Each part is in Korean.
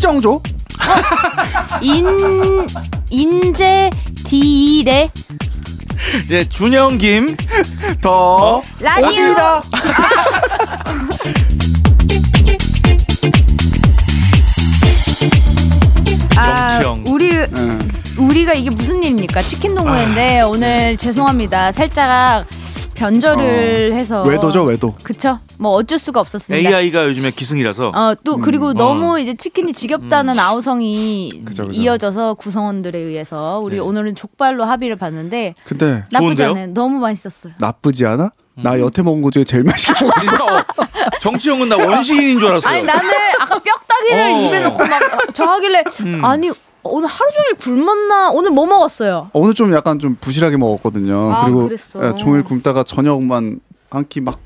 성조? 인 인재 디일의 예, 준영 어? 김더 라디오. 어디다? 아, 정치형. 우리 응. 아, 우리가 이게 무슨 일입니까? 치킨 동호회인데 네. 오늘 죄송합니다. 살짝 변절을 해서 어. 외도죠, 외도. 그쵸? 뭐 어쩔 수가 없었습니다. AI가 요즘에 기승이라서 어 또 그리고 어. 음. 너무 이제 치킨이 지겹다는 아우성이 그죠, 그죠. 이어져서 구성원들에 의해서 우리 네. 오늘은 족발로 합의를 봤는데 근데 나쁘지 좋은데요? 않아요. 너무 맛있었어요. 나쁘지 않아? 음. 나 여태 먹은 거 중에 제일 맛있게 먹었어. 정치형은 나 원시인인 줄 알았어요. 아니 나는 아까 뼈다귀를 어. 음. 입에 넣고 막저 하길래 아니 오늘 하루 종일 굶었나 오늘 뭐 먹었어요? 오늘 좀 약간 좀 부실하게 먹었거든요. 아, 그리고 그랬어. 예, 종일 굶다가 저녁만 한 끼 막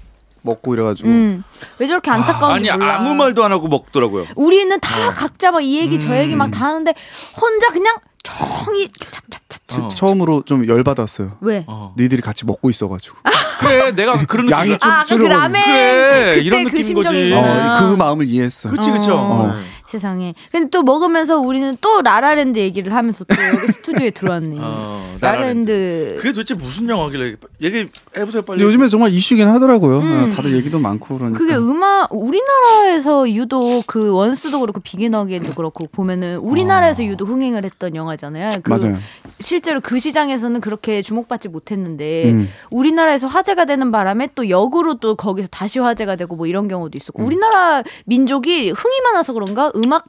먹고 이래가지고 음왜 저렇게 안타까운지 아니 몰라. 아무 말도 어. 안 하고 먹더라고요. 우리는 다 각자 막 이 얘기 저 얘기 음. 막 다 하는데 혼자 그냥 종이 지- 찹찹찹찹 어. 처음으로 좀 열받았어요. 왜? 어. 니들이 같이 먹고 있어가지고 그래 내가 그런 양이 느낌. 좀 아, 아까 그 줄여버린- 라멘 그래, 그때 이런 그 느낌인 거지. 심정이구나. 어, 그 마음을 이해했어요. 예. 그치 그쵸. 어. 어. 세상에. 근데 또 먹으면서 우리는 또 라라랜드 얘기를 하면서 또 여기 스튜디오에 들어왔네. 어, 라라랜드. 그게 도대체 무슨 영화길래 얘기 해보세요 빨리. 근데 요즘에 정말 이슈긴 하더라고요. 예, 다들 얘기도 많고 음. 그러니까. 그게 음악 우리나라에서 유독 그 원스도 그렇고 비긴어게인도 그렇고 보면은 우리나라에서 유독 흥행을 했던 영화잖아요. 그 어. 맞아요. 실제로 그 시장에서는 그렇게 주목받지 못했는데 음. 우리나라에서 화제가 되는 바람에 또 역으로 또 거기서 다시 화제가 되고 뭐 이런 경우도 있었고 음. 우리나라 민족이 흥이 많아서 그런가 음악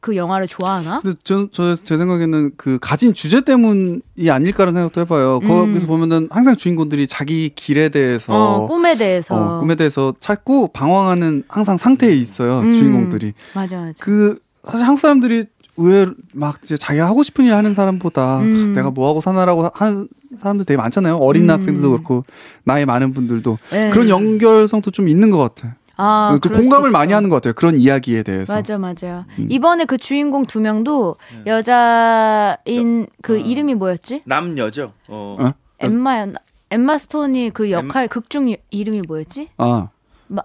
그 영화를 좋아하나? 근데 저는 저, 제 생각에는 그 가진 주제 때문이 아닐까라는 생각도 해봐요. 거기서 보면은 항상 주인공들이 자기 길에 대해서 음. 어, 꿈에 대해서 어, 꿈에 대해서 찾고 방황하는 항상 상태에 있어요 음. 주인공들이. 맞아 맞아. 그 사실 한국 사람들이 의외로 막 이제 자기가 하고 싶은 일 하는 사람보다 음. 내가 뭐 하고 사나라고 하는 사람들 되게 많잖아요. 어린 음. 학생들도 그렇고 나이 많은 분들도 네. 그런 연결성도 좀 있는 것 같아. 아, 그 그럴 수 공감을 있어. 많이 하는 것 같아요. 그런 이야기에 대해서. 음. 맞아 맞아요. 이번에 그 주인공 두 명도 여자인 아. 그 이름이 뭐였지? 남녀죠. 어. 어? 엠마였나? 엠마 스톤이 그 역할 극중 이- 이름이 뭐였지? 아 마,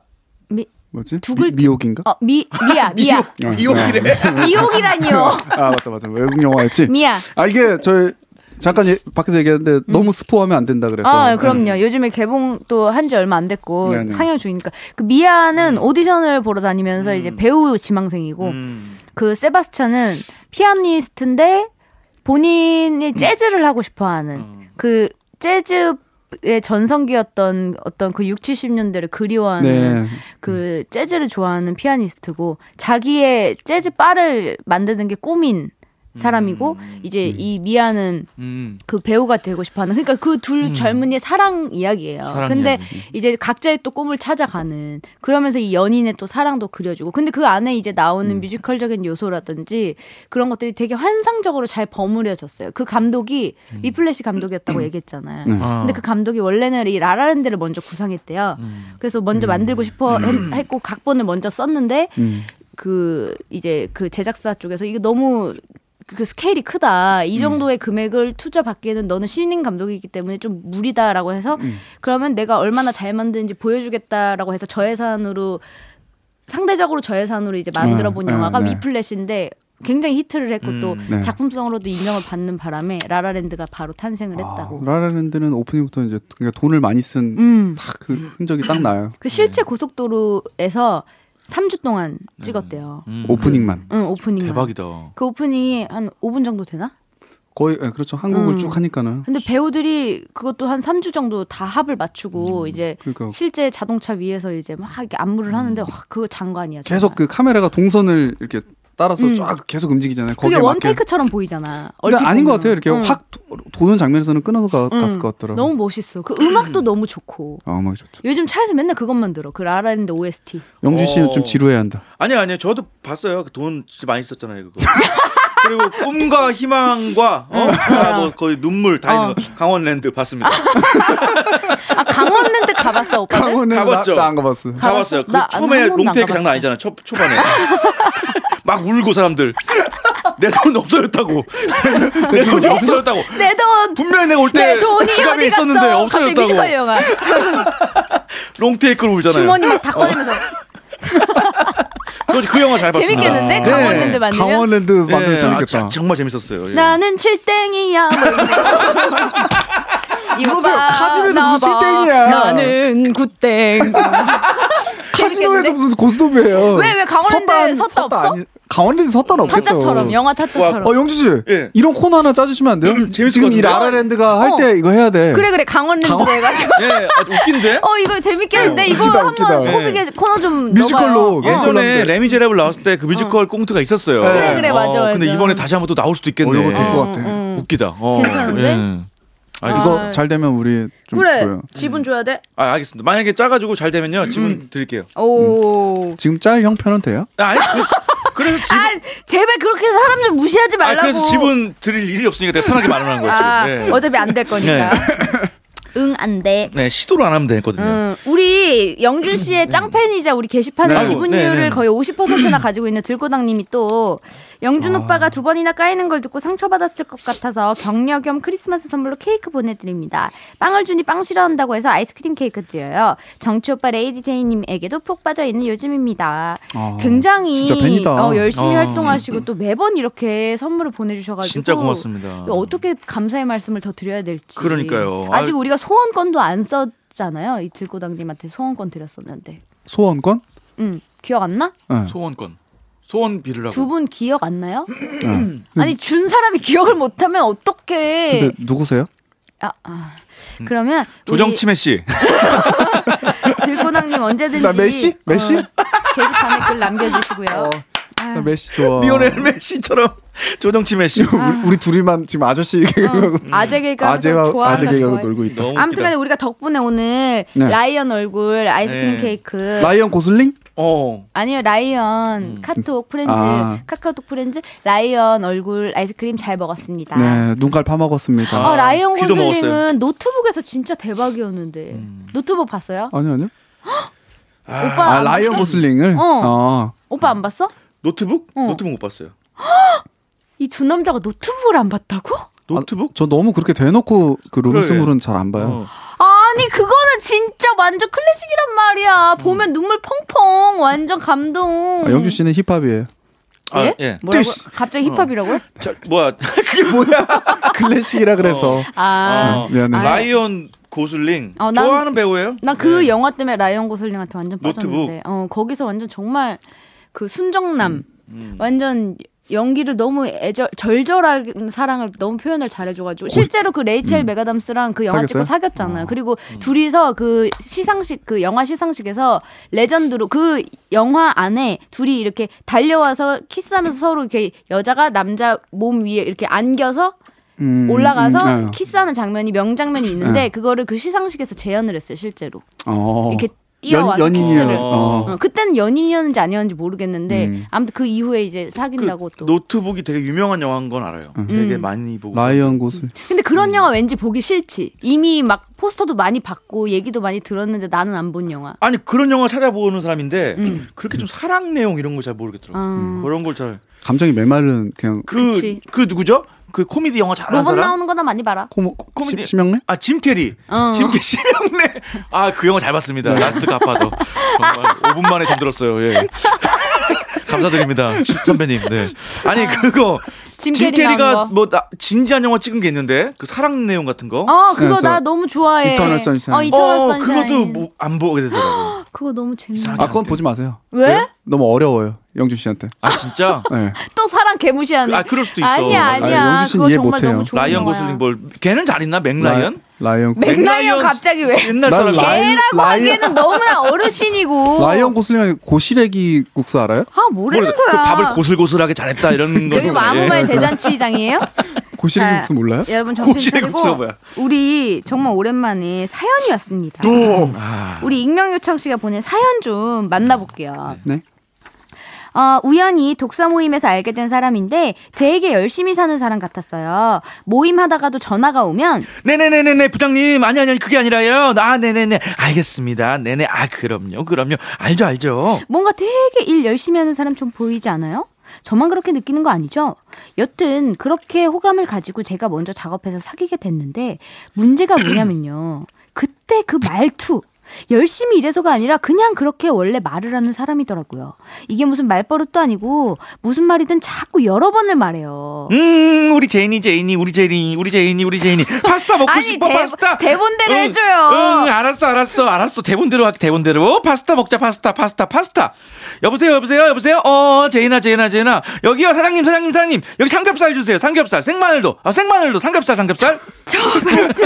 미, 뭐지? 두 미- 글자- 미혹인가? 어, 미, 미야, 미야. 어, 미혹이래. 어. 미옥이라니요. 아 맞다 맞다 외국 영화였지. 미야. 아 이게 저희 잠깐 예- 밖에서 얘기했는데 너무 스포하면 안 된다 그래서. 음. 네. 아, 그럼요. 요즘에 개봉 또 한 지 얼마 안 됐고 네네. 네. 상영 중이니까 그 미아는 오디션을 보러 다니면서 이제 배우 지망생이고 음. 그 세바스찬은 피아니스트인데 본인이 재즈를 하고 싶어하는 그 재즈의 전성기였던 어떤 그 6, 70년대를 그리워하는 네. 그 재즈를 좋아하는 피아니스트고 자기의 재즈 바를 만드는 게 꿈인 사람이고 이제 이 미아는 음. 그 배우가 되고 싶어하는 그러니까 그 둘 젊은이의 사랑 이야기예요. 사랑 근데 이야기. 이제 각자의 또 꿈을 찾아가는 그러면서 이 연인의 또 사랑도 그려주고 근데 그 안에 이제 음. 나오는 뮤지컬적인 요소라든지 그런 것들이 되게 환상적으로 잘 버무려졌어요. 그 감독이 음. 리플래시 감독이었다고 얘기했잖아요. 네. 어. 근데 그 감독이 원래는 이 라라랜드를 먼저 구상했대요. 음. 그래서 먼저 만들고 싶어 했- 했고 각본을 먼저 썼는데 음. 그 이제 그 제작사 쪽에서 이게 너무 그 스케일이 크다. 이 정도의 금액을 투자받기에는 너는 신인 감독이기 때문에 좀 무리다라고 해서 그러면 내가 얼마나 잘 만드는지 보여주겠다라고 해서 저예산으로 상대적으로 저예산으로 이제 만들어 본 아, 아, 영화가 네. 미플래시인데 굉장히 히트를 했고 또 네. 작품성으로도 인정을 받는 바람에 라라랜드가 바로 탄생을 했다고. 아, 라라랜드는 오프닝부터 이제 그러니까 돈을 많이 쓴 딱 그 음. 흔적이 딱 나요. 그 실제 고속도로에서 3주 동안 찍었대요. 음. 오프닝만 응, 오프닝. 대박이다. 그 오프닝이 한 5분 정도 되나? 거의 예, 그렇죠. 한국을 음. 쭉 하니까는 근데 배우들이 그것도 한 3주 정도 다 합을 맞추고 이제 그러니까. 실제 자동차 위에서 이제 막 이렇게 안무를 하는데 와 그거 장관이야. 정말. 음. 계속 그 카메라가 동선을 이렇게 따라서 음. 쫙 계속 움직이잖아요. 그게 거기에 맞게. 원테이크처럼 보이잖아. 근데 얼핏 아닌 것 보면. 같아요. 이렇게 응. 확 도- 도는 장면에서는 끊어서 가- 응. 갔을 것 같더라고. 너무 멋있어. 그 음악도 너무 좋고. 아, 음악이 좋죠. 요즘 차에서 맨날 그것만 들어. 그 라라랜드 OST. 영준 씨는 어. 좀 지루해야 한다. 아니 아니 저도 봤어요. 그 돈 진짜 많이 썼잖아요 그거. 그리고 꿈과 희망과 음. 어? 아, 뭐 거의 눈물 다 어. 있는 거. 강원랜드 봤습니다. 아 강원랜드 가봤어 오빠들? 강원은 가봤죠? 나안 가봤어요. 다 봤어요. 그 나한 처음에 번도 안 롱테이크 가봤어. 장난 아니잖아. 첫 초반에 막 울고 사람들 내 돈 없어졌다고 내 네. 돈이 없어졌다고 내 돈. 네, 분명히 내가 올 때 내 돈이 지갑에 어디 갔어? 있었는데 갑자기 없어졌다고 뮤지컬 영화. 롱테이크로 울잖아요. 어. 주머니 막다 꺼내면서 그거- 그 영화 잘 봤습니다. 재밌겠는데? 아. 네, 강원랜드 만들면? 강원랜드 만들면 예, 재밌겠다. 아, 정말 재밌었어요. 네. 예. 나는 칠땡이야. 뭐 이런 거. 이거 이보세요. 봐, 카지노에서 나 무슨 봐. 칠땡이야. 나는 구땡. 카지노에서 무슨 고스톱이에요. 왜, 왜 강원랜드에 섰다 없어? 강원랜드 섰다는 없겠죠. 타짜처럼 영화 타짜처럼. 어 영주 씨 예. 이런 코너 하나 짜주시면 안 돼요? 재밌을 지금 것 이 같은데요? 라라랜드가 할 어. 때 이거 해야 돼. 그래 그래 강원랜드 예. 강원- 예, 해가지고. 예, 아, 웃긴데? 어 이거 재밌겠는데 네, 이거 웃기다, 한번 웃기다. 예. 코믹에 코너 좀 뮤지컬로, 넣어봐요. 뮤지컬로. 예전에 레미제라블 나왔을 때 그 뮤지컬 꽁트가 있었어요. 그래, 그래, 어, 맞아, 맞아. 근데 이번에 다시 한번 또 나올 어, 수도 있겠네. 이거 될 것 같아. 음. 웃기다. 어, 괜찮은데? 아, 이거 아. 잘 되면 우리 좀 그래 줘요. 음. 지분 줘야 돼. 아, 알겠습니다. 만약에 짜가지고 잘 되면요, 지분 음. 드릴게요. 오. 지금 짤 형편은 돼요? 아, 아니, 그, 래서 지분, 아 제발 그렇게 해서 사람 좀 무시하지 아, 말라고. 그래서 지분 드릴 일이 없으니까 내가 편하게 말을 하는 거예요. 아, 지금. 네. 어차피 안 될 거니까. 네. 응 안 돼. 네, 시도를 안 하면 되거든요. 음, 우리 영준 씨의 짱팬이자 우리 게시판의 아이고, 지분율을 음. 네, 네. 거의 50%나 가지고 있는 들고당님이 또 아. 영준 오빠가 두 번이나 까이는 걸 듣고 상처받았을 것 같아서 격려 겸 크리스마스 선물로 케이크 보내드립니다. 빵을 주니 빵 싫어한다고 해서 아이스크림 케이크 드려요. 정치 오빠 레이디 제이님에게도 푹 빠져 있는 요즘입니다. 아, 굉장히 진짜 팬이다. 어, 열심히 아. 활동하시고 또 매번 이렇게 선물을 보내주셔가지고 진짜 고맙습니다. 이거 어떻게 감사의 말씀을 더 드려야 될지. 그러니까요. 아직 아유. 우리가 소원권도 안 썼잖아요. 이 들고당님한테 소원권 드렸었는데. 소원권? 응. 기억 안 나? 네. 소원권. 소원비를 하고. 두 분 기억 안 나요? 예. 아니 준 사람이 기억을 못하면 어떡해. 음. 근데 누구세요? 아, 아. 그러면 우리 조정치매 씨. 들고당님 언제든지 나 아, 메시? 메시? 어. 어, 아. 게시판에 글 남겨주시고요. 나 메시 어. 좋아. 리오넬 메시처럼 조정치매 씨. 음. 우리, 우리 둘이만 지금 아저씨 개그하고 어, 아재 개그 아재가 아재 그러니까 좋아하는 개그하고 좋아해. 놀고 있다. 너무 웃기다. 아무튼간에 우리가 덕분에 오늘 네. 라이언 얼굴 아이스크림 네. 케이크 라이언 고슬링? 어. 아니요 라이언 카톡 프렌즈 음. 아. 카카오톡 프렌즈 라이언 얼굴 아이스크림 잘 먹었습니다. 네, 눈깔 파먹었습니다. 어, 라이언 귀도 고슬링은 먹었어요. 노트북에서 진짜 대박이었는데 노트북 봤어요? 아니요, 아니요. 오빠 음. 아, 안 라이언 봤어? 고슬링을? 어. 어. 오빠 안 봤어? 노트북? 어. 노트북 못 봤어요. 이 두 남자가 노트북을 안 봤다고? 노트북? 저 너무 그렇게 대놓고 그 루미스물은 그래. 잘 아, 안 봐요. 어. 아니 그거는 진짜 완전 클래식이란 말이야. 보면 눈물 펑펑 완전 감동. 음. 아, 영주 씨는 힙합이에요. 아, 예? 예. 뭐라고? 뜨시. 갑자기 힙합이라고요? 어. 자, 뭐야. 클래식이라 그래서. 아. 아, 미안해. 아, 라이언 고슬링. 어, 난- 좋아하는 배우예요? 나 그 예. 영화 때문에 라이언 고슬링한테 완전 노트북. 빠졌는데, 어 거기서 완전 정말 그 순정남, 완전 연기를 너무 애절 절절한 사랑을 너무 표현을 잘해줘가지고 실제로 그 레이첼 메가담스랑 그 영화 찍고 사귀었잖아요. 그리고 둘이서 그 시상식 그 영화 시상식에서 레전드로 그 영화 안에 둘이 이렇게 달려와서 키스하면서 서로 이렇게 여자가 남자 몸 위에 이렇게 안겨서 음, 올라가서 음, 음, 키스하는 장면이 명장면이 있는데 그거를 그 시상식에서 재현을 했어요 실제로 어. 이렇게 연, 뛰어와서 연인이에요. 키스를 어. 어, 그때는 연인이었는지 아니었는지 모르겠는데 음. 아무튼 그 이후에 이제 그 사귄다고 또 노트북이 되게 유명한 영화인 건 알아요. 되게 음. 많이 보고. 라이언 고슬. 근데 그런 음. 영화 왠지 보기 싫지 이미 막 포스터도 많이 봤고 얘기도 많이 들었는데 나는 안 본 영화 아니 그런 영화 찾아보는 사람인데 그렇게 좀 사랑 내용 이런 걸 잘 모르겠더라고. 요 음. 음. 음. 아, 그런 걸 잘. 감정이 메말른 그냥 그 그치. 그 누구죠? 그 코미디 영화 잘하는 로봇 사람? 나오는 거나 많이 봐라 코모, 코미디. 시- 심형래? 아, 짐 캐리. 어. 짐 캐리 심형래. 아, 그 영화 잘 봤습니다. 라스트 가파도. 정말 5분 만에 잠들었어요. 예. 감사드립니다. 선배님. 네. 아니, 그거 짐 짐 캐리 캐리가 나온 거. 뭐 나- 진지한 영화 찍은 게 있는데 그 사랑 내용 같은 거. 어 그거 네, 저 나 너무 좋아해 이터널 선샤인. 어 이터널 어, 선샤인 그것도 뭐 안 보게 되더라고. 그거 너무 재밌어 아 그건 보지 마세요. 왜? 너무 어려워요 영준 씨한테. 아, 진짜? 네. 또 사랑 개무시하는 아, 그럴 수도 있어. 아니야 아니야 아, 영주 씨는 그거 이해 정말 못해요. 너무 좋은 라이언 영화야. 고슬링 뭐- 볼. 걔는 잘 있나? 맥라이언? 라이언 맥- 맥라이언 맥라이언 갑자기 왜? 옛날 난 사람. 라이언- 애라고 라이언- 하기에는 너무나 어르신이고. 라이언 고슬링 고시래기 국수 알아요? 아 모르는 그 거야. 밥을 고슬고슬하게 잘했다 이런 네. 예. 거. 여기 뭐 아무 말 대잔치장이에요? 고시래기 아, 국수 몰라요? 여러분 정신 고시래 국수가 차리고 뭐야? 우리 정말 오랜만에 사연이 왔습니다. 아. 우리 익명 요청 씨가 보낸 사연 좀 만나볼게요. 아. 네. 어, 우연히 독서 모임에서 알게 된 사람인데 되게 열심히 사는 사람 같았어요. 모임 하다가도 전화가 오면 네네네네네 부장님 아니 아니 아니 그게 아니라요 아 네네네 알겠습니다 네네 아 그럼요 그럼요 알죠 알죠 뭔가 되게 일 열심히 하는 사람 좀 보이지 않아요? 저만 그렇게 느끼는 거 아니죠? 여튼 그렇게 호감을 가지고 제가 먼저 작업해서 사귀게 됐는데 문제가 뭐냐면요. 그때 그 말투 열심히 일해서가 아니라 그냥 그렇게 원래 말을 하는 사람이더라고요. 이게 무슨 말버릇도 아니고 무슨 말이든 자꾸 여러 번을 말해요. 음, 우리 제인이 제인이 우리 제인이 우리 제인이 우리 제인이 파스타 먹고 아니, 싶어 대- 파스타. 대본대로 해줘요. 응, 알았어 알았어 알았어 대본대로 할게 대본대로. 파스타 먹자 파스타 파스타 파스타. 여보세요 여보세요 여보세요. 어 제인아 제인아 제인아 여기요 사장님 사장님 사장님 여기 삼겹살 주세요 삼겹살 생마늘도 아 생마늘도 삼겹살 삼겹살. 저 말투,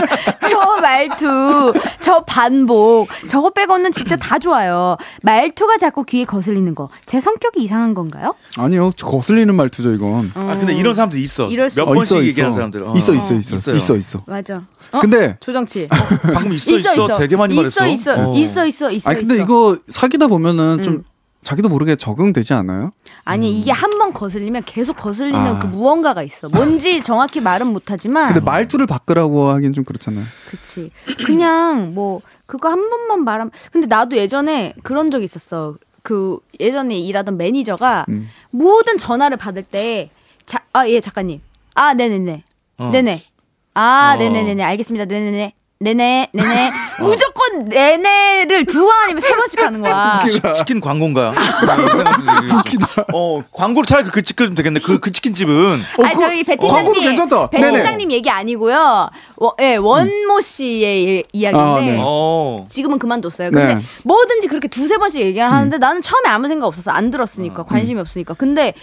저 말투, 저 반복, 저거 빼고는 진짜 다 좋아요. 말투가 자꾸 귀에 거슬리는 거. 제 성격이 이상한 건가요? 아니요 저 거슬리는 말투죠 이건. 아 근데 이런 사람들 있어. 음. 이럴 수 몇 있어. 번씩 얘기하는 사람들. 어. 있어 있어 있어 있어요. 있어 있어. 맞아. 근데 조정치. 방금 있어 있어, 되게 많이 있어, 말했어. 있어, 어. 있어, 있어, 있어. 아니 근데 있어. 음. 이거 사귀다 보면은 좀 자기도 모르게 적응되지 않아요? 아니 이게 한 번 거슬리면 계속 거슬리는 아. 그 무언가가 있어. 뭔지 정확히 말은 못하지만. 근데 말투를 바꾸라고 하긴 좀 그렇잖아요. 그치. 그냥 뭐 그거 한 번만 말하면. 근데 나도 예전에 그런 적 있었어. 그 예전에 일하던 매니저가 음. 모든 전화를 받을 때, 자, 아, 예, 작가님. 아, 네네네. 어. 네네. 아, 어. 네네네네. 알겠습니다. 네네네. 네네, 네네. 무조건 네네를 두 번 아니면 세 번씩 하는 거야. 시- 치킨 광고인가? 어 광고로 차라리 그 치킨 되겠네. 그 그 치킨집은 어, 아 그거- 저기 배 어, 광고도 팀장님 괜찮다. 배 네네. 팀장님 얘기 아니고요. 워- 예 원모 씨의 예- 아, 이야기인데 네. 어. 지금은 그만뒀어요. 근데 네. 뭐든지 그렇게 두세 번씩 얘기를 하는데 나는 처음에 아무 생각 없었어. 안 아, 들었으니까 음. 관심이 없으니까. 근데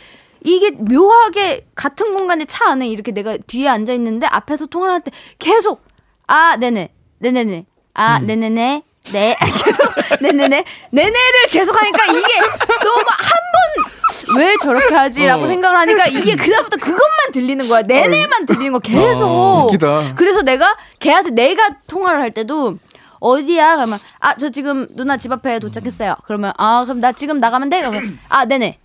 이게 묘하게 같은 공간에 차 안에 이렇게 내가 뒤에 앉아 있는데 앞에서 통화를 할 때 계속 아 네네 네네네 아 음. 네네네 네 계속 네네네 네네를 계속 하니까 이게 너무 한 번 왜 저렇게 하지라고 어. 생각을 하니까 이게 그다음부터 그것만 들리는 거야 네네만 들리는 거 계속 어, 웃기다. 그래서 내가 걔한테 내가 통화를 할 때도 어디야? 그러면 아 저 지금 누나 집 앞에 도착했어요. 그러면 아 그럼 나 지금 나가면 돼? 그러면 아 네네.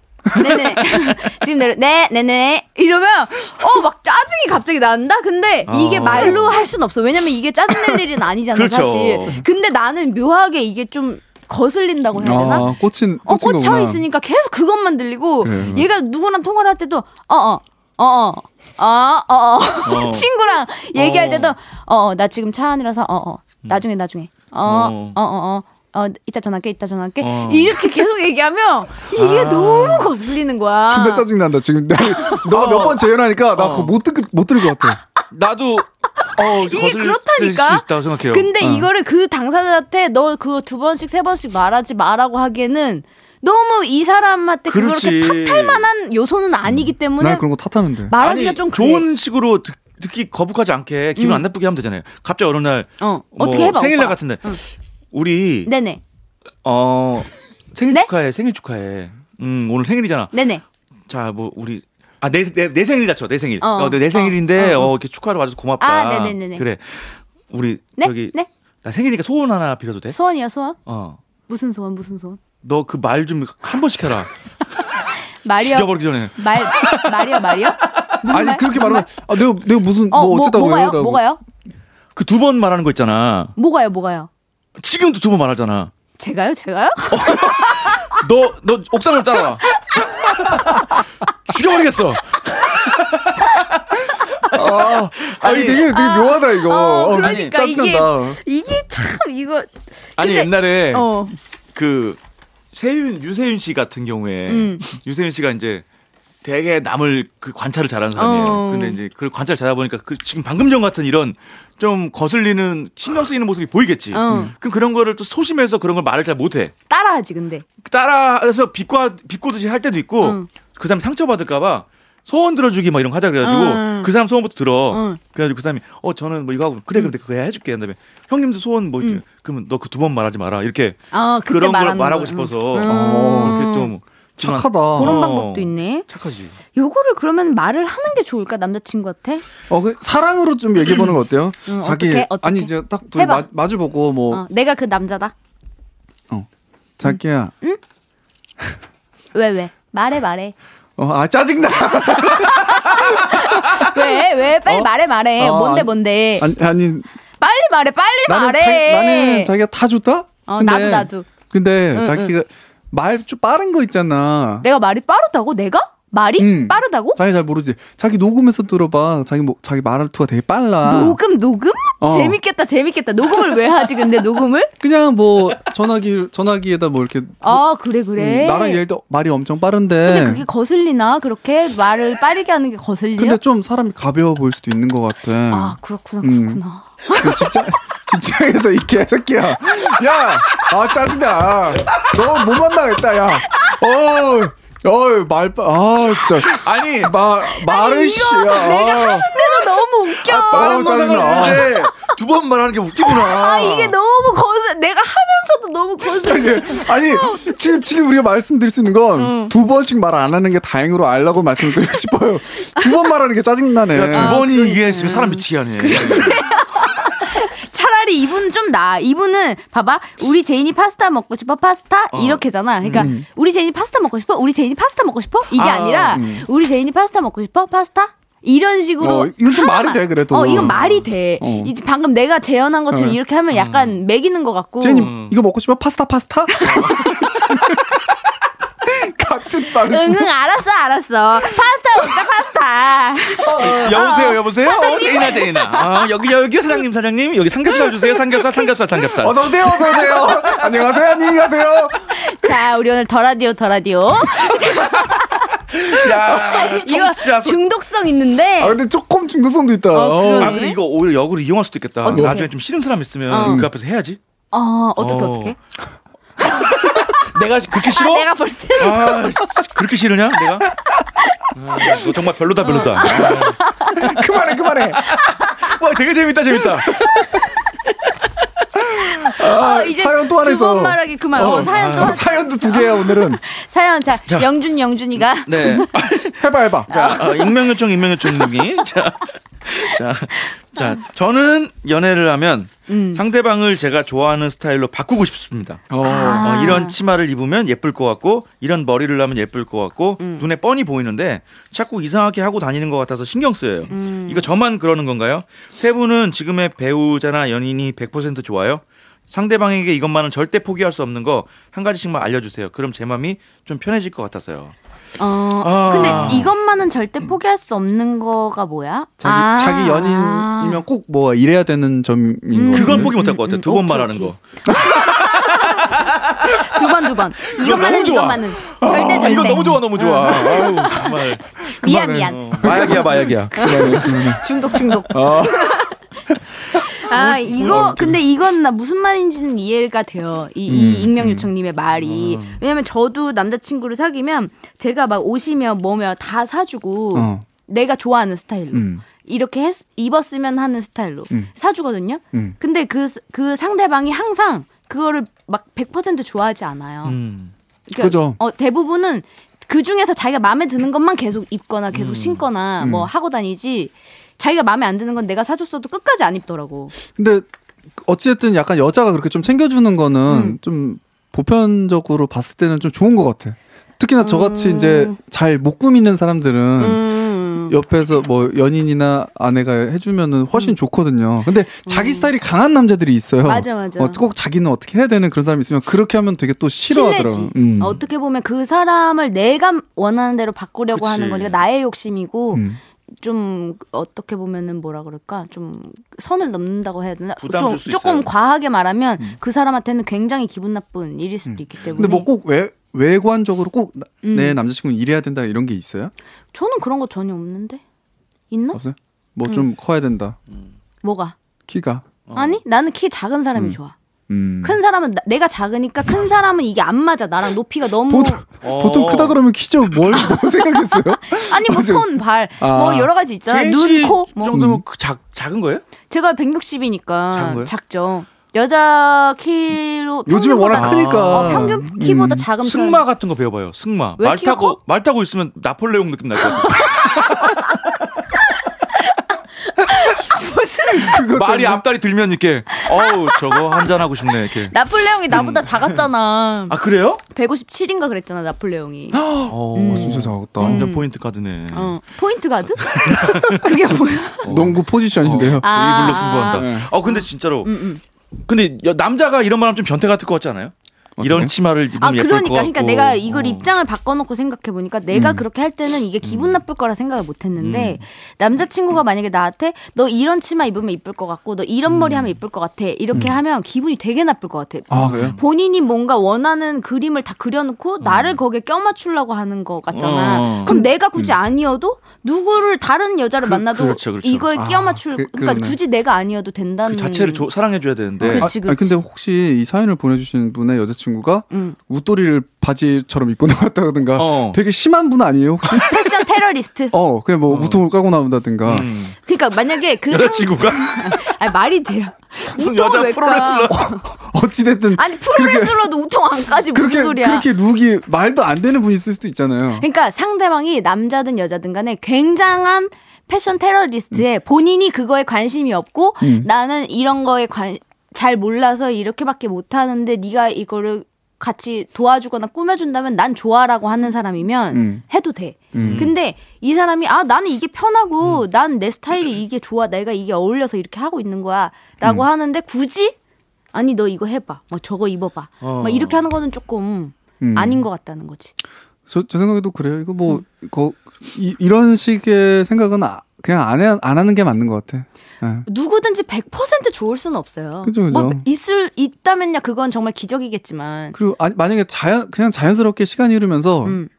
네네 지금 내려 네 네네 이러면 어 막 짜증이 갑자기 난다 근데 이게 어. 말로 할 순 없어 왜냐면 이게 짜증낼 일은 아니잖아 그렇죠. 사실 근데 나는 묘하게 이게 좀 거슬린다고 뭐 해야 되나 아, 꽂힌 어, 꽂힌 꽂혀 거구나. 있으니까 계속 그것만 들리고 예. 그래요. 얘가 누구랑 통화를 할 때도 어어 어어 어어 어어 어. 친구랑 얘기할 어. 음. 때도 어어 나 지금 차 안이라서 어어 나중에 나중에 어어어어 어. 어, 어, 어, 이따 전화할게 이따 전화할게 어. 아. 이렇게 계속 얘기하면 이게 너무 거슬리는 거야. 존나 짜증 난다 지금. 나- 너가 어. 몇 번 재연하니까 나 그거 못 듣 못 들을 것 같아. 나도 어, 이게 거슬릴 예, 그렇다니까. 수 있다고 생각해요. 어. 근데 이거를 그 당사자한테 너 그거 두 번씩 세 번씩 말하지 말라고 하기에는 너무 이 사람한테 그렇게 그렇지. 탓할 만한 요소는 아니기 때문에 난 그런 거 탓하는데. 말하기가 좀 그래. 음. 좋은 식으로 듣, 듣기 거북하지 않게 기분 안 나쁘게 하면 되잖아요. 갑자기 어느 날 어 뭐 어떻게 해봐 생일날 오빠. 같은데 우리 네네 어 생일 네? 축하해 생일 축하해. 음 오늘 생일이잖아. 네네 자 뭐 우리 아 내 내 생일이다 쳐내 생일. 어, 어, 내, 내 어, 생일인데 어, 어, 어. 이렇게 축하를 와줘서 고맙다. 아, 네네네네. 그래 우리 네? 저기 네? 나 생일이니까 소원 하나 빌어도 돼? 소원이야 소원 어. 무슨 소원 무슨 소원 너 그 말 좀 한 번씩 해라. 말이요 죽여버리기 전에. 말 말이요 말이요 무슨 아니 말? 그렇게 무슨 말하면 아 내가 내가 무슨 말? 어, 뭐 어쨌다고 뭐가요 해요라고. 뭐가요 그 두 번 말하는 거 있잖아. 뭐가요 뭐가요 지금도 두 번 말하잖아. 제가요 제가요 너, 너 옥상으로 따라와. 죽여버리겠어. 아, 아니 되게 되게 묘하다 이거. 어, 어, 그러니까 짜증 이게 난다. 이게 참 이거 아니, 근데- 옛날에 어 그 세윤, 유세윤 씨 같은 경우에 음. 유세윤 씨가 이제 되게 남을 그 관찰을 잘하는 사람이에요. 어. 근데 이제 그 관찰 잘하다 보니까 그 지금 방금 전 같은 이런 좀 거슬리는 신경 쓰이는 모습이 보이겠지. 어. 그럼 그런 거를 또 소심해서 그런 걸 말을 잘 못해. 따라하지 근데 따라서 비꼬 비꼬듯이 할 때도 있고 응. 그 사람 상처 받을까봐 소원 들어주기 막 이런 거 하자 그래가지고 응. 그 사람 소원부터 들어 응. 그래가지고 그 사람이 어 저는 뭐 이거 하고 그래 그래 그거 해줄게 한 다음에 형님도 소원 뭐 있지? 그러면 너 그 두 번 말하지 마라 이렇게 아 그때 그런 걸 말하는 말하고 거야. 싶어서 음. 어, 이렇게 좀 착하다. 그런 어. 방법도 있네 착하지 요거를 그러면 말을 하는 게 좋을까 남자친구한테 어, 그 사랑으로 좀 얘기해 보는 거 어때요? 응, 자기 음. 어떻게, 어떻게? 아니 이제 딱 둘이 해봐. 마, 마주 보고 어. 뭐 어. 내가 그 남자다 자기야. 왜 왜? 말해 말해 어, 아 짜증나. 왜 왜 빨리 어? 말해 말해 어, 뭔데 아니, 뭔데 아니, 아니 빨리 말해 빨리 나는 말해 자기, 나는 자기가 다 줬다. 어, 나도, 나도. 근데 응, 자기가 말 좀 빠른 거 있잖아. 내가 말이 빠르다고 내가 말이 음. 빠르다고? 자기 잘 모르지. 자기 녹음해서 들어봐. 자기 뭐 자기 말투가 되게 빨라. 녹음 녹음? 어. 재밌겠다 재밌겠다. 녹음을 왜 하지 근데 녹음을? 그냥 뭐 전화기 전화기에다 뭐 이렇게 아 그래 그래. 음, 나랑 얘를 또 말이 엄청 근데 빠른데. 그게 거슬리나 그렇게 말을 빠르게 하는 게 거슬려? 근데 좀 사람이 가벼워 보일 수도 있는 것 같아. 아 그렇구나 음. 그렇구나. 그 직장 직장에서 이 개새끼야. 야, 아 짜증나. 너 못 만나겠다, 야. 어, 어, 말, 빠- 아 진짜. 아니 말 말을 씨야. 근데 너 너무 웃겨. 아, 빠른 짜증나. 건상을 두 번 말하는 게 웃기구나. 아 이게 너무 거슬. 내가 하면서도 너무 거슬. 아니, 아니 지금 지금 우리가 말씀드릴 수 있는 건 두 번씩 말 안 하는 게 다행으로 알라고 말씀드리고 싶어요. 두 번 말하는 게 짜증나네. 야, 두 아, 번이 그러니까. 이게 지금 사람 미치게 하네. 차라리 이분 좀 나. 이분은 봐봐. 우리 제인이 파스타 먹고 싶어. 파스타 이렇게잖아. 그러니까 음. 우리 제인이 파스타 먹고 싶어. 우리 제인이 파스타 먹고 싶어. 이게 아, 아, 니라 우리 제인이 파스타 먹고 싶어. 파스타 이런 식으로 음. 어, 이건 좀 하나만. 말이 돼, 그래도. 어 이건 말이 돼. 어. 이제 방금 내가 재현한 것처럼 어. 이렇게 하면 약간 매기는 것 같고. 제니 음. 이거 먹고 싶어? 파스타 파스타? 같은 딸. 응응 알았어 알았어. 파스타 먹자 파스타. 여보세요, 여보세요. 어, 제이나, 제이나. 아, 여기 여기 사장님, 사장님. 여기 삼겹살 주세요. 삼겹살, 삼겹살, 삼겹살. 어서 오세요, 어서 오세요. 안녕하세요, 안녕히 가세요. 자 우리 오늘 더 라디오 더 라디오. 아, 야, 이거 청취자 수- 중독성 있는데. 아 근데 조금 중독성도 있다. 어, 그러네. 아, 근데 이거 오히려 역으로 이용할 수도 있겠다. 어떡해? 나중에 좀 싫은 사람 있으면 어. 그 앞에서 해야지. 아, 어 어떻게 어. 어. 떻게 내가 그렇게 아 싫어? 내가 벌써 아, 씨, 그렇게 싫으냐? 내가? 아, 너 정말 별로다, 별로다. 어. 아. 그만해, 그만해. 와, 되게 재밌다, 재밌다. 어, 이제 사연 또 하나 두번 있어. 아. 말하기 그만. 어, 사연 또 하나. 사연도 두 개야 오늘은. 사연 자, 자. 영준 영준이가 네. 해봐, 해봐. 자, 어, 익명 요청, 익명 요청님이 자, 자, 자, 저는 연애를 하면 음. 상대방을 제가 좋아하는 스타일로 바꾸고 싶습니다. 어. 어, 아. 이런 치마를 입으면 예쁠 것 같고 이런 머리를 하면 예쁠 것 같고 음. 눈에 뻔히 보이는데 자꾸 이상하게 하고 다니는 것 같아서 신경 쓰여요. 음. 이거 저만 그러는 건가요? 세 분은 지금의 배우자나 연인이 100% 좋아요? 상대방에게 이것만은 절대 포기할 수 없는 거 한 가지씩만 알려주세요. 그럼 제 마음이 좀 편해질 것 같아서요. 어 아. 근데 이것만은 절대 포기할 수 없는 거가 뭐야? 자기 아. 자기 연인이면 꼭 뭐 이래야 되는 점인 거. 그건 포기 못할 것 같아요. 음, 두 번 오케이, 말하는 오케이. 거. 두번 두번 너무 이것만은 좋아. 이것만은 절대 절대 이거 너무 좋아, 너무 좋아. 아유, 정말. 미안 그만해. 음. 미안 어, 마약이야, 마약이야. 뭐 음. 중독 중독 아 이거 근데 이건 나 무슨 말인지는 이해가 돼요. 이, 이 익명 요청님의 말이 왜냐면 저도 남자친구를 사귀면 제가 막 옷이며 뭐며 다 사주고 어. 내가 좋아하는 스타일로 음. 이렇게 했- 입었으면 하는 스타일로 사주거든요. 음. 근데 그 그 상대방이 항상 그거를 막 100% 좋아하지 않아요. 음. 그러니까 그죠. 어, 대부분은 그 중에서 자기가 마음에 드는 것만 계속 입거나 음. 계속 신거나 음. 뭐 하고 다니지 자기가 마음에 안 드는 건 내가 사줬어도 끝까지 안 입더라고. 근데 어찌됐든 약간 여자가 그렇게 좀 챙겨주는 거는 음. 좀 보편적으로 봤을 때는 좀 좋은 것 같아. 특히나 음. 저같이 이제 잘 못 꾸미는 사람들은 옆에서 뭐 연인이나 아내가 해주면은 훨씬 좋거든요. 근데 자기 스타일이 강한 남자들이 있어요. 음. 맞아, 맞아. 어, 꼭 자기는 어떻게 해야 되는 그런 사람이 있으면 그렇게 하면 되게 또 싫어하더라고. 음. 실례지. 어떻게 보면 그 사람을 내가 원하는 대로 바꾸려고 그치. 하는 거니까 나의 욕심이고 음. 좀 어떻게 보면은 뭐라 그럴까 좀 선을 넘는다고 해야 되나? 부담 좀 줄수 조금 있어요. 과하게 말하면 그 사람한테는 굉장히 기분 나쁜 일일 수도 있기 때문에. 음. 근데 뭐 꼭 외관적으로 꼭 음. 내 남자친구는 이래야 된다 이런 게 있어요? 저는 그런 거 전혀 없는데 있나? 없어요? 뭐 음. 좀 커야 된다. 뭐가? 키가. 아니 나는 키 작은 사람이 좋아. 어. 음. 큰 사람은 나- 내가 작으니까 큰 사람은 이게 안 맞아 나랑 높이가 너무 보통, 어. 보통 크다 그러면 키죠. 뭘, 뭐 생각했어요? 아니 뭐 손 발 뭐 아. 여러 가지 있잖아 제일 눈 씨 코뭐 정도면 그 작, 작은 거예요? 제가 작은 거예요? 160이니까 작죠 여자 키로 요즘에 평균보다- 워낙 크니까. 음. 어, 평균 키보다 작은 편. 승마 같은 거 배워봐요. 승마. 왜 말 키가 타고 커? 말 타고 있으면 나폴레옹 느낌 날 것 같아요. 무슨 말이 앞다리 들면 이렇게 어우 저거 한잔 하고 싶네 이렇게. 나폴레옹이 나보다 작았잖아 음. 아 그래요? 157인가 그랬잖아 나폴레옹이 어, 와, 진짜 작았다. 완전 포인트 카드네. 음. 어. 포인트 가드 그게 뭐야 농구 포지션인데요. 어. 아. 음, 일불로 승부한다. 어 근데 진짜로. 근데 여- 남자가 이런 말하면 좀 변태 같을 것 같지 않아요? 이런 치마를 입으면 아 예쁠 그러니까 것 같고. 그러니까 내가 이걸 어. 음. 입장을 바꿔놓고 생각해 보니까 내가 그렇게 할 때는 이게 기분 나쁠 거라 생각을 못했는데 남자친구가 만약에 나한테 너 이런 치마 입으면 이쁠 것 같고 너 이런 머리 음. 하면 이쁠 것 같아 이렇게 하면 기분이 되게 나쁠 것 같아. 아 그래요? 본인이 뭔가 원하는 그림을 다 그려놓고 나를 거기에 껴맞추려고 하는 것 같잖아. 음. 어. 그럼 내가 굳이 아니어도 누구를 다른 여자를 그- 만나도 그렇죠, 그렇죠. 이거에 아, 끼어맞출 그- 그러니까 그러네. 굳이 내가 아니어도 된다는 그 자체를 조- 사랑해줘야 되는데. 그치, 아, 그치. 아니, 근데 혹시 이 사연을 보내주신 분의 여자친구가 음. 웃돌이를 바지처럼 입고 나왔다든가 어. 되게 심한 분 아니에요 혹시? 패션 테러리스트. 어 그냥 뭐 우통을 까고 나온다든가 음. 그러니까 만약에 그 상- 여자친구가 아니 말이 돼요. 우통을 여자 왜 까? 프로레슬러 어. 어찌됐든 아니 프로레슬러도 우통 안 까지 무슨 그렇게 소리야? 그렇게 룩이 말도 안 되는 분이 있을 수도 있잖아요. 그러니까 상대방이 남자든 여자든 간에 굉장한 패션 테러리스트에 음. 본인이 그거에 관심이 없고 나는 이런 거에 관, 잘 몰라서 이렇게밖에 못 하는데 네가 이거를 같이 도와주거나 꾸며준다면 난 좋아라고 하는 사람이면 음. 음. 해도 돼. 근데 이 사람이 아 나는 이게 편하고 난 내 스타일이 이게 좋아 내가 이게 어울려서 이렇게 하고 있는 거야라고 음. 하는데 굳이 아니 너 이거 해봐 막 저거 입어봐 어. 막 이렇게 하는 거는 조금 음. 아닌 것 같다는 거지. 저, 제 생각에도 그래요. 이거 뭐, 음. 거, 이, 이런 식의 생각은 아, 그냥 안, 해, 안 하는 게 맞는 것 같아. 예. 누구든지 100% 좋을 수는 없어요. 그죠, 그죠. 뭐 있을 있다면야 그건 정말 기적이겠지만. 그리고 아, 만약에 자연, 그냥 자연스럽게 시간이 흐르면서 음.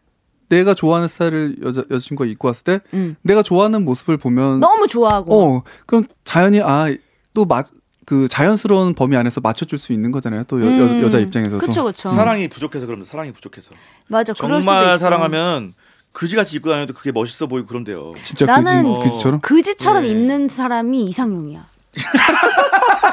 내가 좋아하는 스타일을 여자, 여자친구가 입고 왔을 때 음. 내가 좋아하는 모습을 보면 너무 좋아하고 음. 어, 그럼 자연이 아, 또 맞, 그 자연스러운 범위 안에서 맞춰줄 수 있는 거잖아요. 또 여, 음. 자 입장에서도. 그쵸 그쵸 사랑이 부족해서 그럼 사랑이 부족해서. 맞아 어. 그럴 수도 정말 있어. 사랑하면 그지같이 입고 다녀도 그게 멋있어 보이고 그런데요. 진짜 나는- 그지, 그지처럼? 그지처럼 네. 입는 사람이 이상형이야.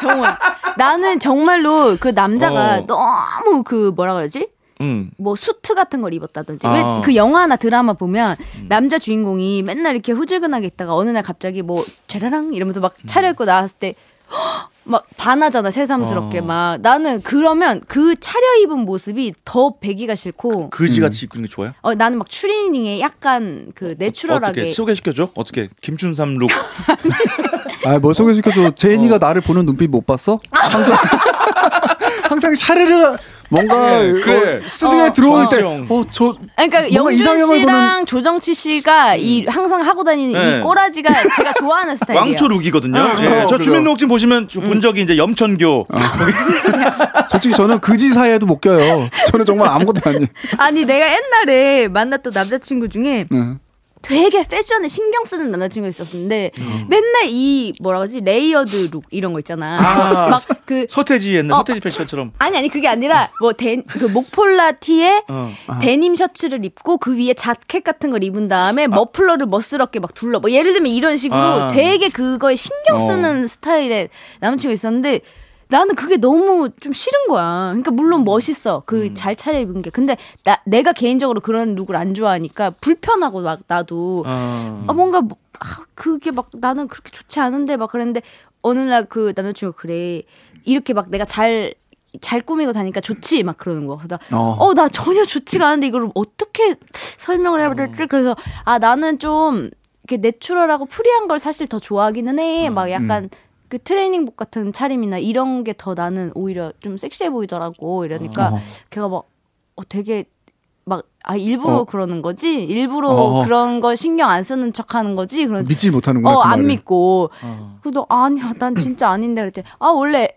정말 나는 정말로 그 남자가 어. 너무 그 뭐라 그러지? 음. 뭐 수트 같은 걸 입었다든지 왜 아. 음. 그 영화나 드라마 보면 남자 주인공이 맨날 이렇게 후줄근하게 있다가 어느 날 갑자기 뭐 제라랑 이러면서 막 차려입고 나왔을 때 헉! 막 반하잖아 새삼스럽게 음. 어. 막 나는 그러면 그 차려입은 모습이 더 배기가 싫고 그지같이 입고 있는 게 좋아요? 어 나는 막 추리닝에 약간 그 어떻게 내추럴하게 소개시켜줘? 어떻게 김준삼 룩 아, 뭘 어. 소개시켜줘. 제니가 어. 나를 보는 눈빛 못 봤어? 아. 항상, 항상 샤르르 뭔가 예, 그래. 어, 스튜디오에 어, 들어올 때, 정지영. 어, 저, 그러니까 뭔가 영준 씨랑 이상형을 조정치 씨가 이 항상 하고 다니는 음. 네. 이 꼬라지가 제가 좋아하는 스타일이에요. 아, 음. 왕초 룩이거든요. 어. 예, 어, 저 그래요. 주민등록 지금 보시면 저본 적이 이제 염천교. 솔직히 저는 그지 사이에도 못 껴요. 저는 정말 아무것도 아니에요. 아니 내가 옛날에 만났던 남자친구 중에 네. 되게 패션에 신경 쓰는 남자친구가 있었는데 음. 맨날 이 뭐라 그러지 레이어드 룩 이런 거 있잖아. 아. 막 그 서태지 옛날 어. 서태지 패션처럼. 아니 아니 그게 아니라 뭐 그 목폴라 티에 어. 데님 셔츠를 입고 그 위에 자켓 같은 걸 입은 다음에 머플러를 멋스럽게 막 둘러 뭐 예를 들면 이런 식으로 아. 어. 되게 그거에 신경 쓰는 스타일의 남친이 있었는데 나는 그게 너무 좀 싫은 거야. 그러니까 음. 물론 멋있어. 그 잘 차려입은 게. 근데 나 내가 개인적으로 그런 룩을 안 좋아하니까 불편하고 막 나도 아. 음. 아 뭔가 뭐- 아, 그게 막 나는 그렇게 좋지 않은데 막 그랬는데 어느 날 그 남자친구가 그래 이렇게 막 내가 잘 잘 꾸미고 다니까 좋지 막 그러는 거야. 그러다 어. 어 나 전혀 좋지가 않은데 이걸 어떻게 설명을 해야 될지 어. 그래서 아 나는 좀 이렇게 내추럴하고 프리한 걸 사실 더 좋아하기는 음, 해. 막 약간 그 트레이닝복 같은 차림이나 이런 게 더 나는 오히려 좀 섹시해 보이더라고 이러니까 어. 걔가 막 어, 되게 막 아 일부러 어. 그러는 거지 일부러 어. 그런 걸 신경 안 쓰는 척하는 거지 그런 믿지 못하는구나. 그 어안 말을. 믿고 어. 그래도 아니야 난 진짜 아닌데 그랬더니 아 원래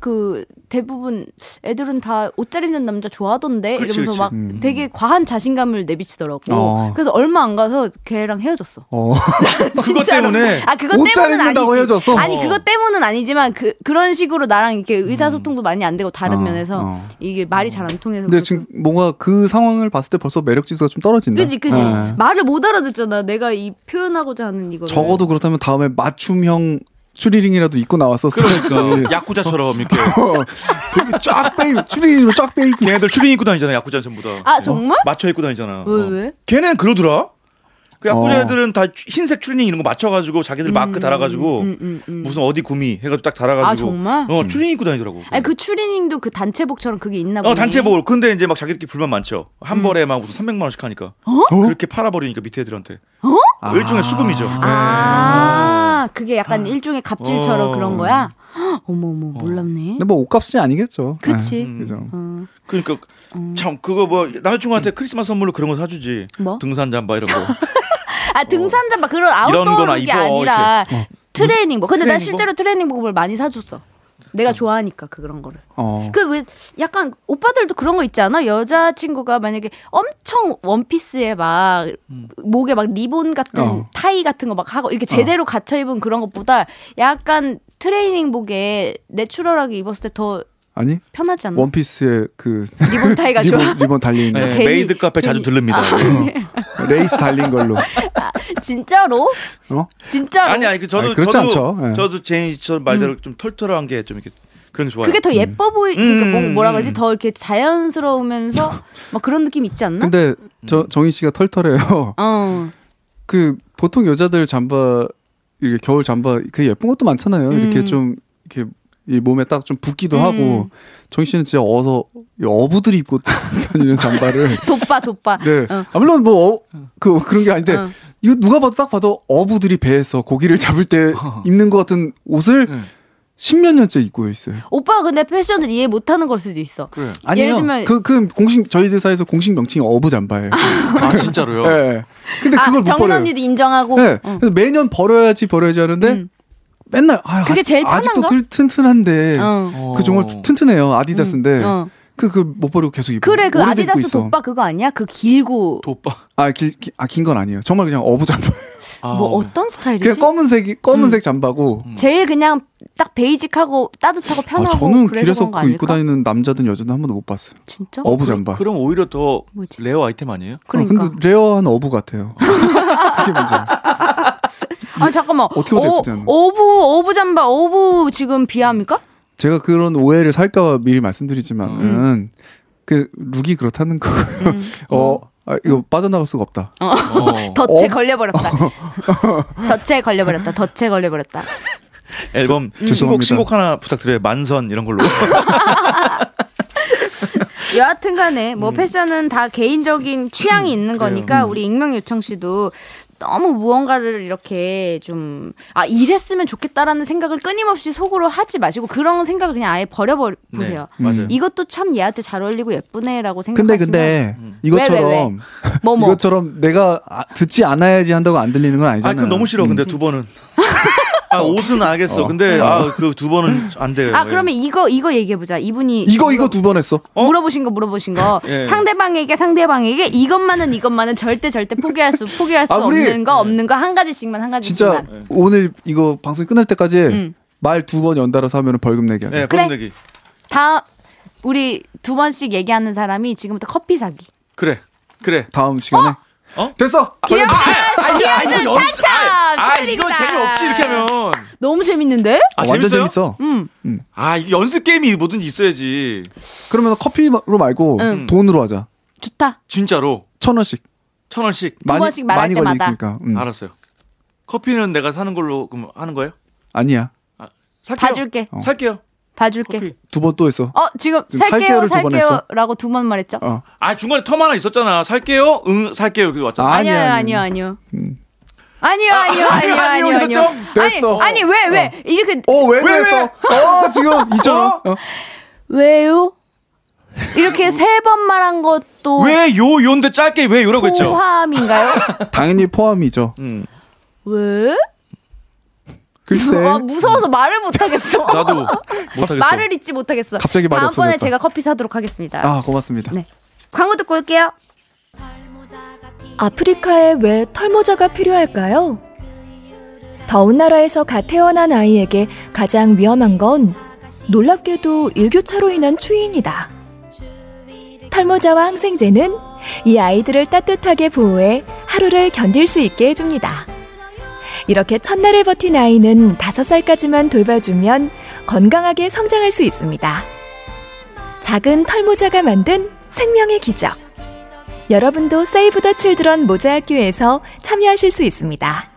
그 대부분 애들은 다 옷 잘 입는 남자 좋아하던데 그치, 이러면서 그치. 막 음. 되게 과한 자신감을 내비치더라고 어. 그래서 얼마 안 가서 걔랑 헤어졌어 어. 그것 진짜로. 때문에? 아 그것 옷잘 때문은 아니지. 입는다고 헤어졌어? 음. 아니 그것 때문은 아니지만 그 그런 식으로 나랑 이렇게 의사소통도 많이 안 되고 다른 어, 면에서 어. 이게 말이 잘 안 통해서. 근데 그래서. 지금 뭔가 그 상황을 봤을 때 벌써 매력 지수가 좀 떨어진다. 그지 그지 네. 말을 못 알아듣잖아. 내가 이 표현하고자 하는 이거. 적어도 그렇다면 다음에 맞춤형 추리링이라도 입고 나왔었어야지. 그러니까 야쿠자처럼 이렇게 어, 되게 쫙 빼입, 추리링으로 쫙 빼입고. 걔네들 추리닝 입고 다니잖아 야쿠자 전부 다. 어. 아, 정말? 맞춰 입고 다니잖아. 왜, 어. 왜? 걔네는 그러더라. 그 야쿠자 어. 애들은 다 추- 흰색 추리닝 이런 거 맞춰가지고 자기들 마크 달아가지고 음, 음, 음. 무슨 어디 구미 해가지고 딱 달아가지고. 아, 정말? 어 추리닝 입고 다니더라고. 아니 그 추리닝도 그 단체복처럼 그게 있나 보네. 어 단체복을 근데 이제 막 자기들끼리 불만 많죠 한 음. 벌에 막 무슨 300만 원씩 하니까 어? 그렇게 팔아버리니까 밑에 애들한테 아. 일종의 수금이죠 아. 아, 그게 약간 일종의 갑질처럼 어. 그런 거야. 어머 어머 몰랐네. 근데 뭐 옷값이 아니겠죠. 그치. 네, 그죠. 어, 그러니까 어. 참 그거 뭐 남자친구한테 음. 크리스마스 선물로 그런 거 사주지. 뭐? 등산 잠바 이런 거. 아 등산장 막 그런 이런 거나 아웃도어 게 입어, 아니라 트레이닝복. 근데 나 트레이닝복? 실제로 트레이닝복을 많이 사줬어. 내가 좋아하니까 그 그런 거를. 어. 그 왜 약간 오빠들도 그런 거 있지 않아? 여자친구가 만약에 엄청 원피스에 막 목에 막 리본 같은 음. 어. 타이 같은 거 막 하고 이렇게 제대로 갖춰 입은 그런 것보다 약간 트레이닝복에 내추럴하게 입었을 때 더 아니 편하지 않나? 원피스의 그 리본 타이가 음. 좋아. 리본, 리본 달린 네, 거. 또 괜히- 메이드 카페 자주 괜히- 들릅니다. 아. 레이스 달린 걸로. 어? 진짜로? 진짜로? 아니 아니 그 저도 아니, 그렇지 저도 않죠. 예. 저도 제인 저 말대로 좀 털털한 게 좀 이렇게 그런 게 좋아요. 음. 그게 더 예뻐 보이. 그러니까 뭐- 음. 뭐라 그러지? 더 이렇게 자연스러우면서 막 그런 느낌 있지 않나? 근데 음. 저 정희 씨가 털털해요. 어. 그 보통 여자들 잠바 이렇게 겨울 잠바 그 예쁜 것도 많잖아요. 이렇게 음. 좀 이렇게 이 몸에 딱 좀 붙기도 음. 하고 정희 씨는 진짜 어서 이 어부들이 입고 다니는 잠바를 돋바 돋바. 네. 어. 아, 물론 뭐, 어, 그, 그런 게 아닌데, 어. 이거 누가 봐도 딱 봐도 어부들이 배에서 고기를 잡을 때 어. 입는 것 같은 옷을 네. 십몇 년째 입고 있어요. 오빠가 근데 패션을 이해 못하는 걸 수도 있어. 그래. 아니에요. 예를 들면- 그, 그 공식, 저희 회사에서 공식 명칭이 어부 잠바예요. 아 진짜로요. 네. 근데 아, 그걸 못 정인 버려요. 언니도 인정하고. 네. 어. 그래서 매년 버려야지 버려야지 하는데, 음. 맨날, 아, 그게 아직, 제일 편한 아직도 거? 들- 튼튼한데, 어. 어. 그 정말 튼튼해요. 아디다스인데, 어. 그, 그 못 버리고 계속 입고 그래 그 오래도 입고 아디다스 있어. 돋바 그거 아니야? 그 길고 돋바. 아, 길, 길- 아, 긴 건 아니에요. 정말 그냥 어부 잠바. 아, 뭐 어떤 스타일이지? 그냥 검은색이, 검은색 음. 잠바고, 제일 그냥 딱 베이직하고 따뜻하고 아, 편하고 저는 그래서 길에서 그런 거 그 아닐까? 입고 다니는 남자든 여자든 한 번도 못 봤어요. 진짜? 어부 잠바. 그럼 오히려 더 뭐지? 레어 아이템 아니에요? 그러니까. 아, 근데 레어한 어부 같아요. 그게 문제예요. 아 잠깐만. 어떻게 어디 어, 입고 다녀? 오부 오부 잠바 오부 지금 비하합니까? 제가 그런 오해를 살까 봐 미리 음. 말씀드리지만은 그 룩이 그렇다는 거. 요 어, 뭐? 아, 이거 빠져나갈 수가 없다. 어. 덫에 어. 걸려버렸다. 덫에 걸려버렸다. 덫에 걸려버렸다. 앨범 신곡 죄송합니다. 신곡 하나 부탁드려요. 만선 이런 걸로. 여하튼간에 음. 뭐 패션은 다 개인적인 취향이 있는 거니까 우리 익명 요청 씨도 너무 무언가를 이렇게 좀 아 이랬으면 좋겠다라는 생각을 끊임없이 속으로 하지 마시고 그런 생각을 그냥 아예 버려버려 보세요. 음. 네, 맞아요. 이것도 참 얘한테 잘 어울리고 예쁘네라고 생각하시면 근데 근데 이것처럼 음. 왜, 왜, 왜? 뭐뭐 이것처럼 내가 아, 듣지 않아야지 한다고 안 들리는 건 아니잖아요. 음. 아 그럼 너무 싫어. 근데 두 번은. 아 옷은 알겠어. 어. 근데 아 그 두 번은 안 돼요. 아 그러면 이거 이거 얘기해 보자. 이분이 이거 이거 두 번 했어. 어? 물어보신 거 물어보신 거 예. 상대방에게 상대방에게 이것만은 이것만은 절대 절대 포기할 수 포기할 수 아, 우리- 없는 거 없는 거 한 가지씩만 한 가지씩만 진짜 오늘 이거 방송 이 끝날 때까지 음. 말 두 번 연달아서 하면 벌금 내기 하자. 예, 네, 그래. 그런 얘기. 다 우리 두 번씩 얘기하는 사람이 지금부터 커피 사기. 그래. 그래. 다음 시간에. 어? 됐어. 기억 아니 아니 기억은 탄창! 아 이거 축하드립니다. 재미없지 이렇게 하면. 너무 재밌는데? 아 어, 완전 재밌어요? 재밌어. 음. 아 이거 연습 게임이 뭐든지 있어야지. 그러면 커피로 말고 응. 돈으로 하자. 좋다. 진짜로 천 원씩. 천 원씩. 번씩 말할 때마다. 걸리니까. 음. 알았어요. 커피는 내가 사는 걸로 그럼 하는 거예요? 아니야. 아, 살게요. 봐줄게. 어. 살게요. 봐줄게. 커피. 두 번 또 했어. 어 지금 지금 살게요 살게요를 두번 했어. 살게요라고 두 번 말했죠? 어. 아 중간에 텀 하나 있었잖아. 살게요. 응 살게요. 이렇게 왔잖아. 아, 아니요 아니요 아니야, 아니야. 아니요. 아니요 아니요 아니요 아니요, 아니요 아니요. 있었죠? 됐어. 아니 아니 왜 왜 이렇게 어, 왜, 왜, 왜 했어? 어, 지금 2,000원. 어? 왜요? 이렇게 세 번 말한 것도 어? 아. 왜요 요인데 짧게 왜 요라고 했죠? 포함인가요? 당연히 포함이죠. 음. 왜? 글쎄. 아 무서워서 말을 못하겠어. 나도 못하겠어. 말을 잊지 못하겠어. 갑자기 말이 다음번에 없어졌다. 제가 커피 사도록 하겠습니다. 아, 고맙습니다. 네. 광고 듣고 올게요. 아프리카에 왜 털모자가 필요할까요? 더운 나라에서 갓 태어난 아이에게 가장 위험한 건 놀랍게도 일교차로 인한 추위입니다. 털모자와 항생제는 이 아이들을 따뜻하게 보호해 하루를 견딜 수 있게 해줍니다. 이렇게 첫날을 버틴 아이는 5살까지만 돌봐주면 건강하게 성장할 수 있습니다. 작은 털모자가 만든 생명의 기적. 여러분도 세이브 더 칠드런 모자 학교에서 참여하실 수 있습니다.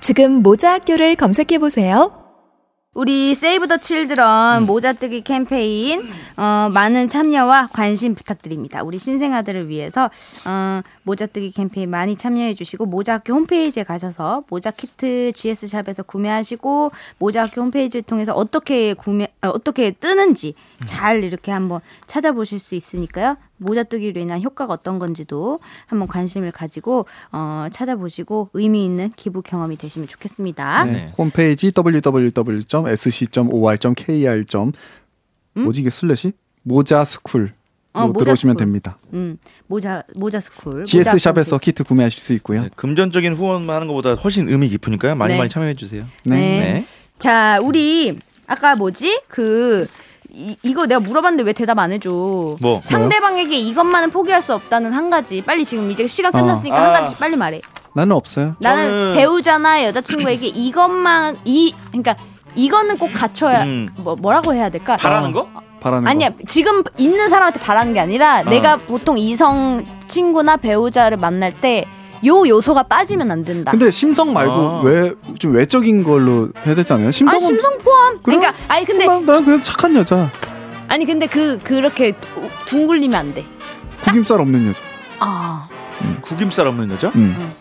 지금 모자 학교를 검색해 보세요. 우리 세이브 더 칠드런 모자 뜨기 캠페인 어, 많은 참여와 관심 부탁드립니다. 우리 신생아들을 위해서 어, 모자 뜨기 캠페인 많이 참여해 주시고 모자학교 홈페이지에 가셔서 모자 키트 GS샵에서 구매하시고 모자학교 홈페이지를 통해서 어떻게 구매 어, 어떻게 뜨는지 잘 이렇게 한번 찾아보실 수 있으니까요. 모자 뜨기로 인한 효과가 어떤 건지도 한번 관심을 가지고 어, 찾아보시고 의미 있는 기부 경험이 되시면 좋겠습니다. 네. 네. 홈페이지 www.sc.or.kr. 뭐지 이게 슬래시? 모자스쿨로 음? 어, 모자스쿨. 들어오시면 됩니다. 음, 모자 모자 스쿨. 모자 GS샵에서 스쿨. 키트 구매하실 수 있고요. 네, 금전적인 후원만 하는 것보다 훨씬 의미 깊으니까요. 많이 네. 많이 참여해 주세요. 네. 네. 자, 우리 아까 뭐지? 그 이, 이거 내가 물어봤는데 왜 대답 안 해줘? 뭐, 상대방에게 이것만은 포기할 수 없다는 한 가지. 빨리 지금 이제 시간 끝났으니까 어. 한 아. 가지 빨리 말해. 나는 없어요. 나는 저는- 배우자나 여자친구에게 이것만 이 그러니까 이거는 꼭 갖춰야 음. 뭐, 뭐라고 해야 될까? 바라는 어. 거? 바라는 아니야 거. 지금 있는 사람한테 바라는 게 아니라 어. 내가 보통 이성 친구나 배우자를 만날 때 요 요소가 빠지면 안 된다. 근데 심성 말고 아. 왜 좀 외적인 걸로 해야 되잖아요. 아 심성은 심성 포함. 그러 그럼- 니까 아니 근데 나, 나 그냥 착한 여자. 아니 근데 그 그렇게 두- 둥글리면 안 돼. 구김살 없는 여자. 아 구김살 없는 여자? 어. 음.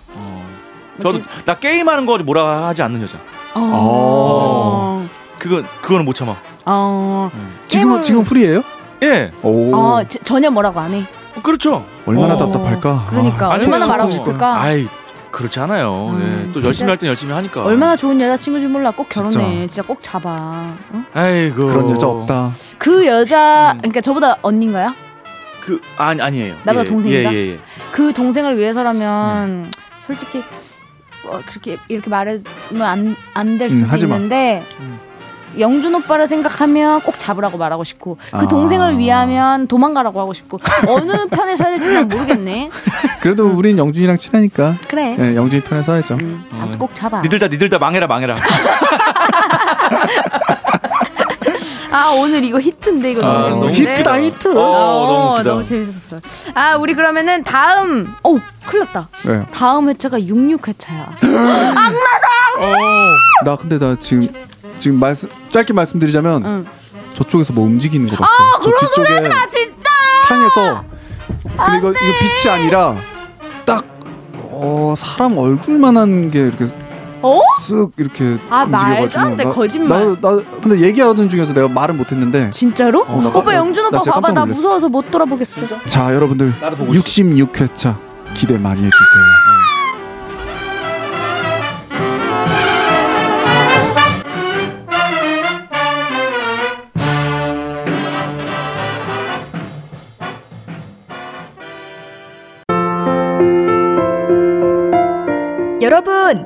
저도 음. 나 게임하는 거 뭐라 하지 않는 여자. 어. 그건 그거는 못 참아. 어. 지금은 게임을- 지금 프리예요? 예, 오. 아 저- 전혀 뭐라고 안 해. 그렇죠. 얼마나 어. 답답할까? 그러니까 아, 아니, 얼마나 속도 말하고 속도. 싶을까. 아이 그렇지 않아요. 음, 예, 또 열심히 진짜. 할 땐 열심히 하니까. 얼마나 좋은 여자친구인지 몰라. 꼭 결혼해. 진짜, 진짜. 꼭 잡아. 응? 아이고 그런 여자 없다. 그 음. 여자 그러니까 저보다 언니인가요? 그 아니 아니에요. 나보다 예, 동생이다? 예, 예, 예. 그 동생을 위해서라면 솔직히 뭐 그렇게 이렇게 말하면 안 안 될 음, 수도 하지 마. 있는데 음. 영준 오빠를 생각하면 꼭 잡으라고 말하고 싶고 그 아. 동생을 위하면 도망가라고 하고 싶고 어느 편에 서야 될지 난 모르겠네. 그래도 우린 영준이랑 친하니까 그래. 네, 영준이 편에 서야죠. 음, 아무튼 꼭 잡아. 니들 다 니들 다 망해라 망해라. 아 오늘 이거 히트인데 이거 아, 너무 너무 좋은데? 히트다 히트. 어, 어, 너무 웃기다. 너무 재밌었어요. 아 우리 그러면은 다음 오 큰일 났다. 네. 다음 회차가 66회차야. 어. 나 근데 나 지금 지금 말씀 짧게 말씀드리자면 응. 저쪽에서 뭐 움직이는 거 봤어. 아, 음. 그런 소리 하지 마 진짜. 창에서 근데 이거 이거 빛이 아니라 딱 어, 사람 얼굴만한 게 이렇게 어? 쓱 이렇게 아, 말도 움직여가지고 안 돼. 나- 거짓말. 나, 나 근데 얘기하던 중에서 내가 말은 못했는데 진짜로? 어, 나 오빠 깜- 영준 나 오빠 진짜 봐봐 깜짝 나 놀랐어. 무서워서 못 돌아보겠어. 자 여러분들 나도 보고 66회차 기대 많이 해주세요. 여러분,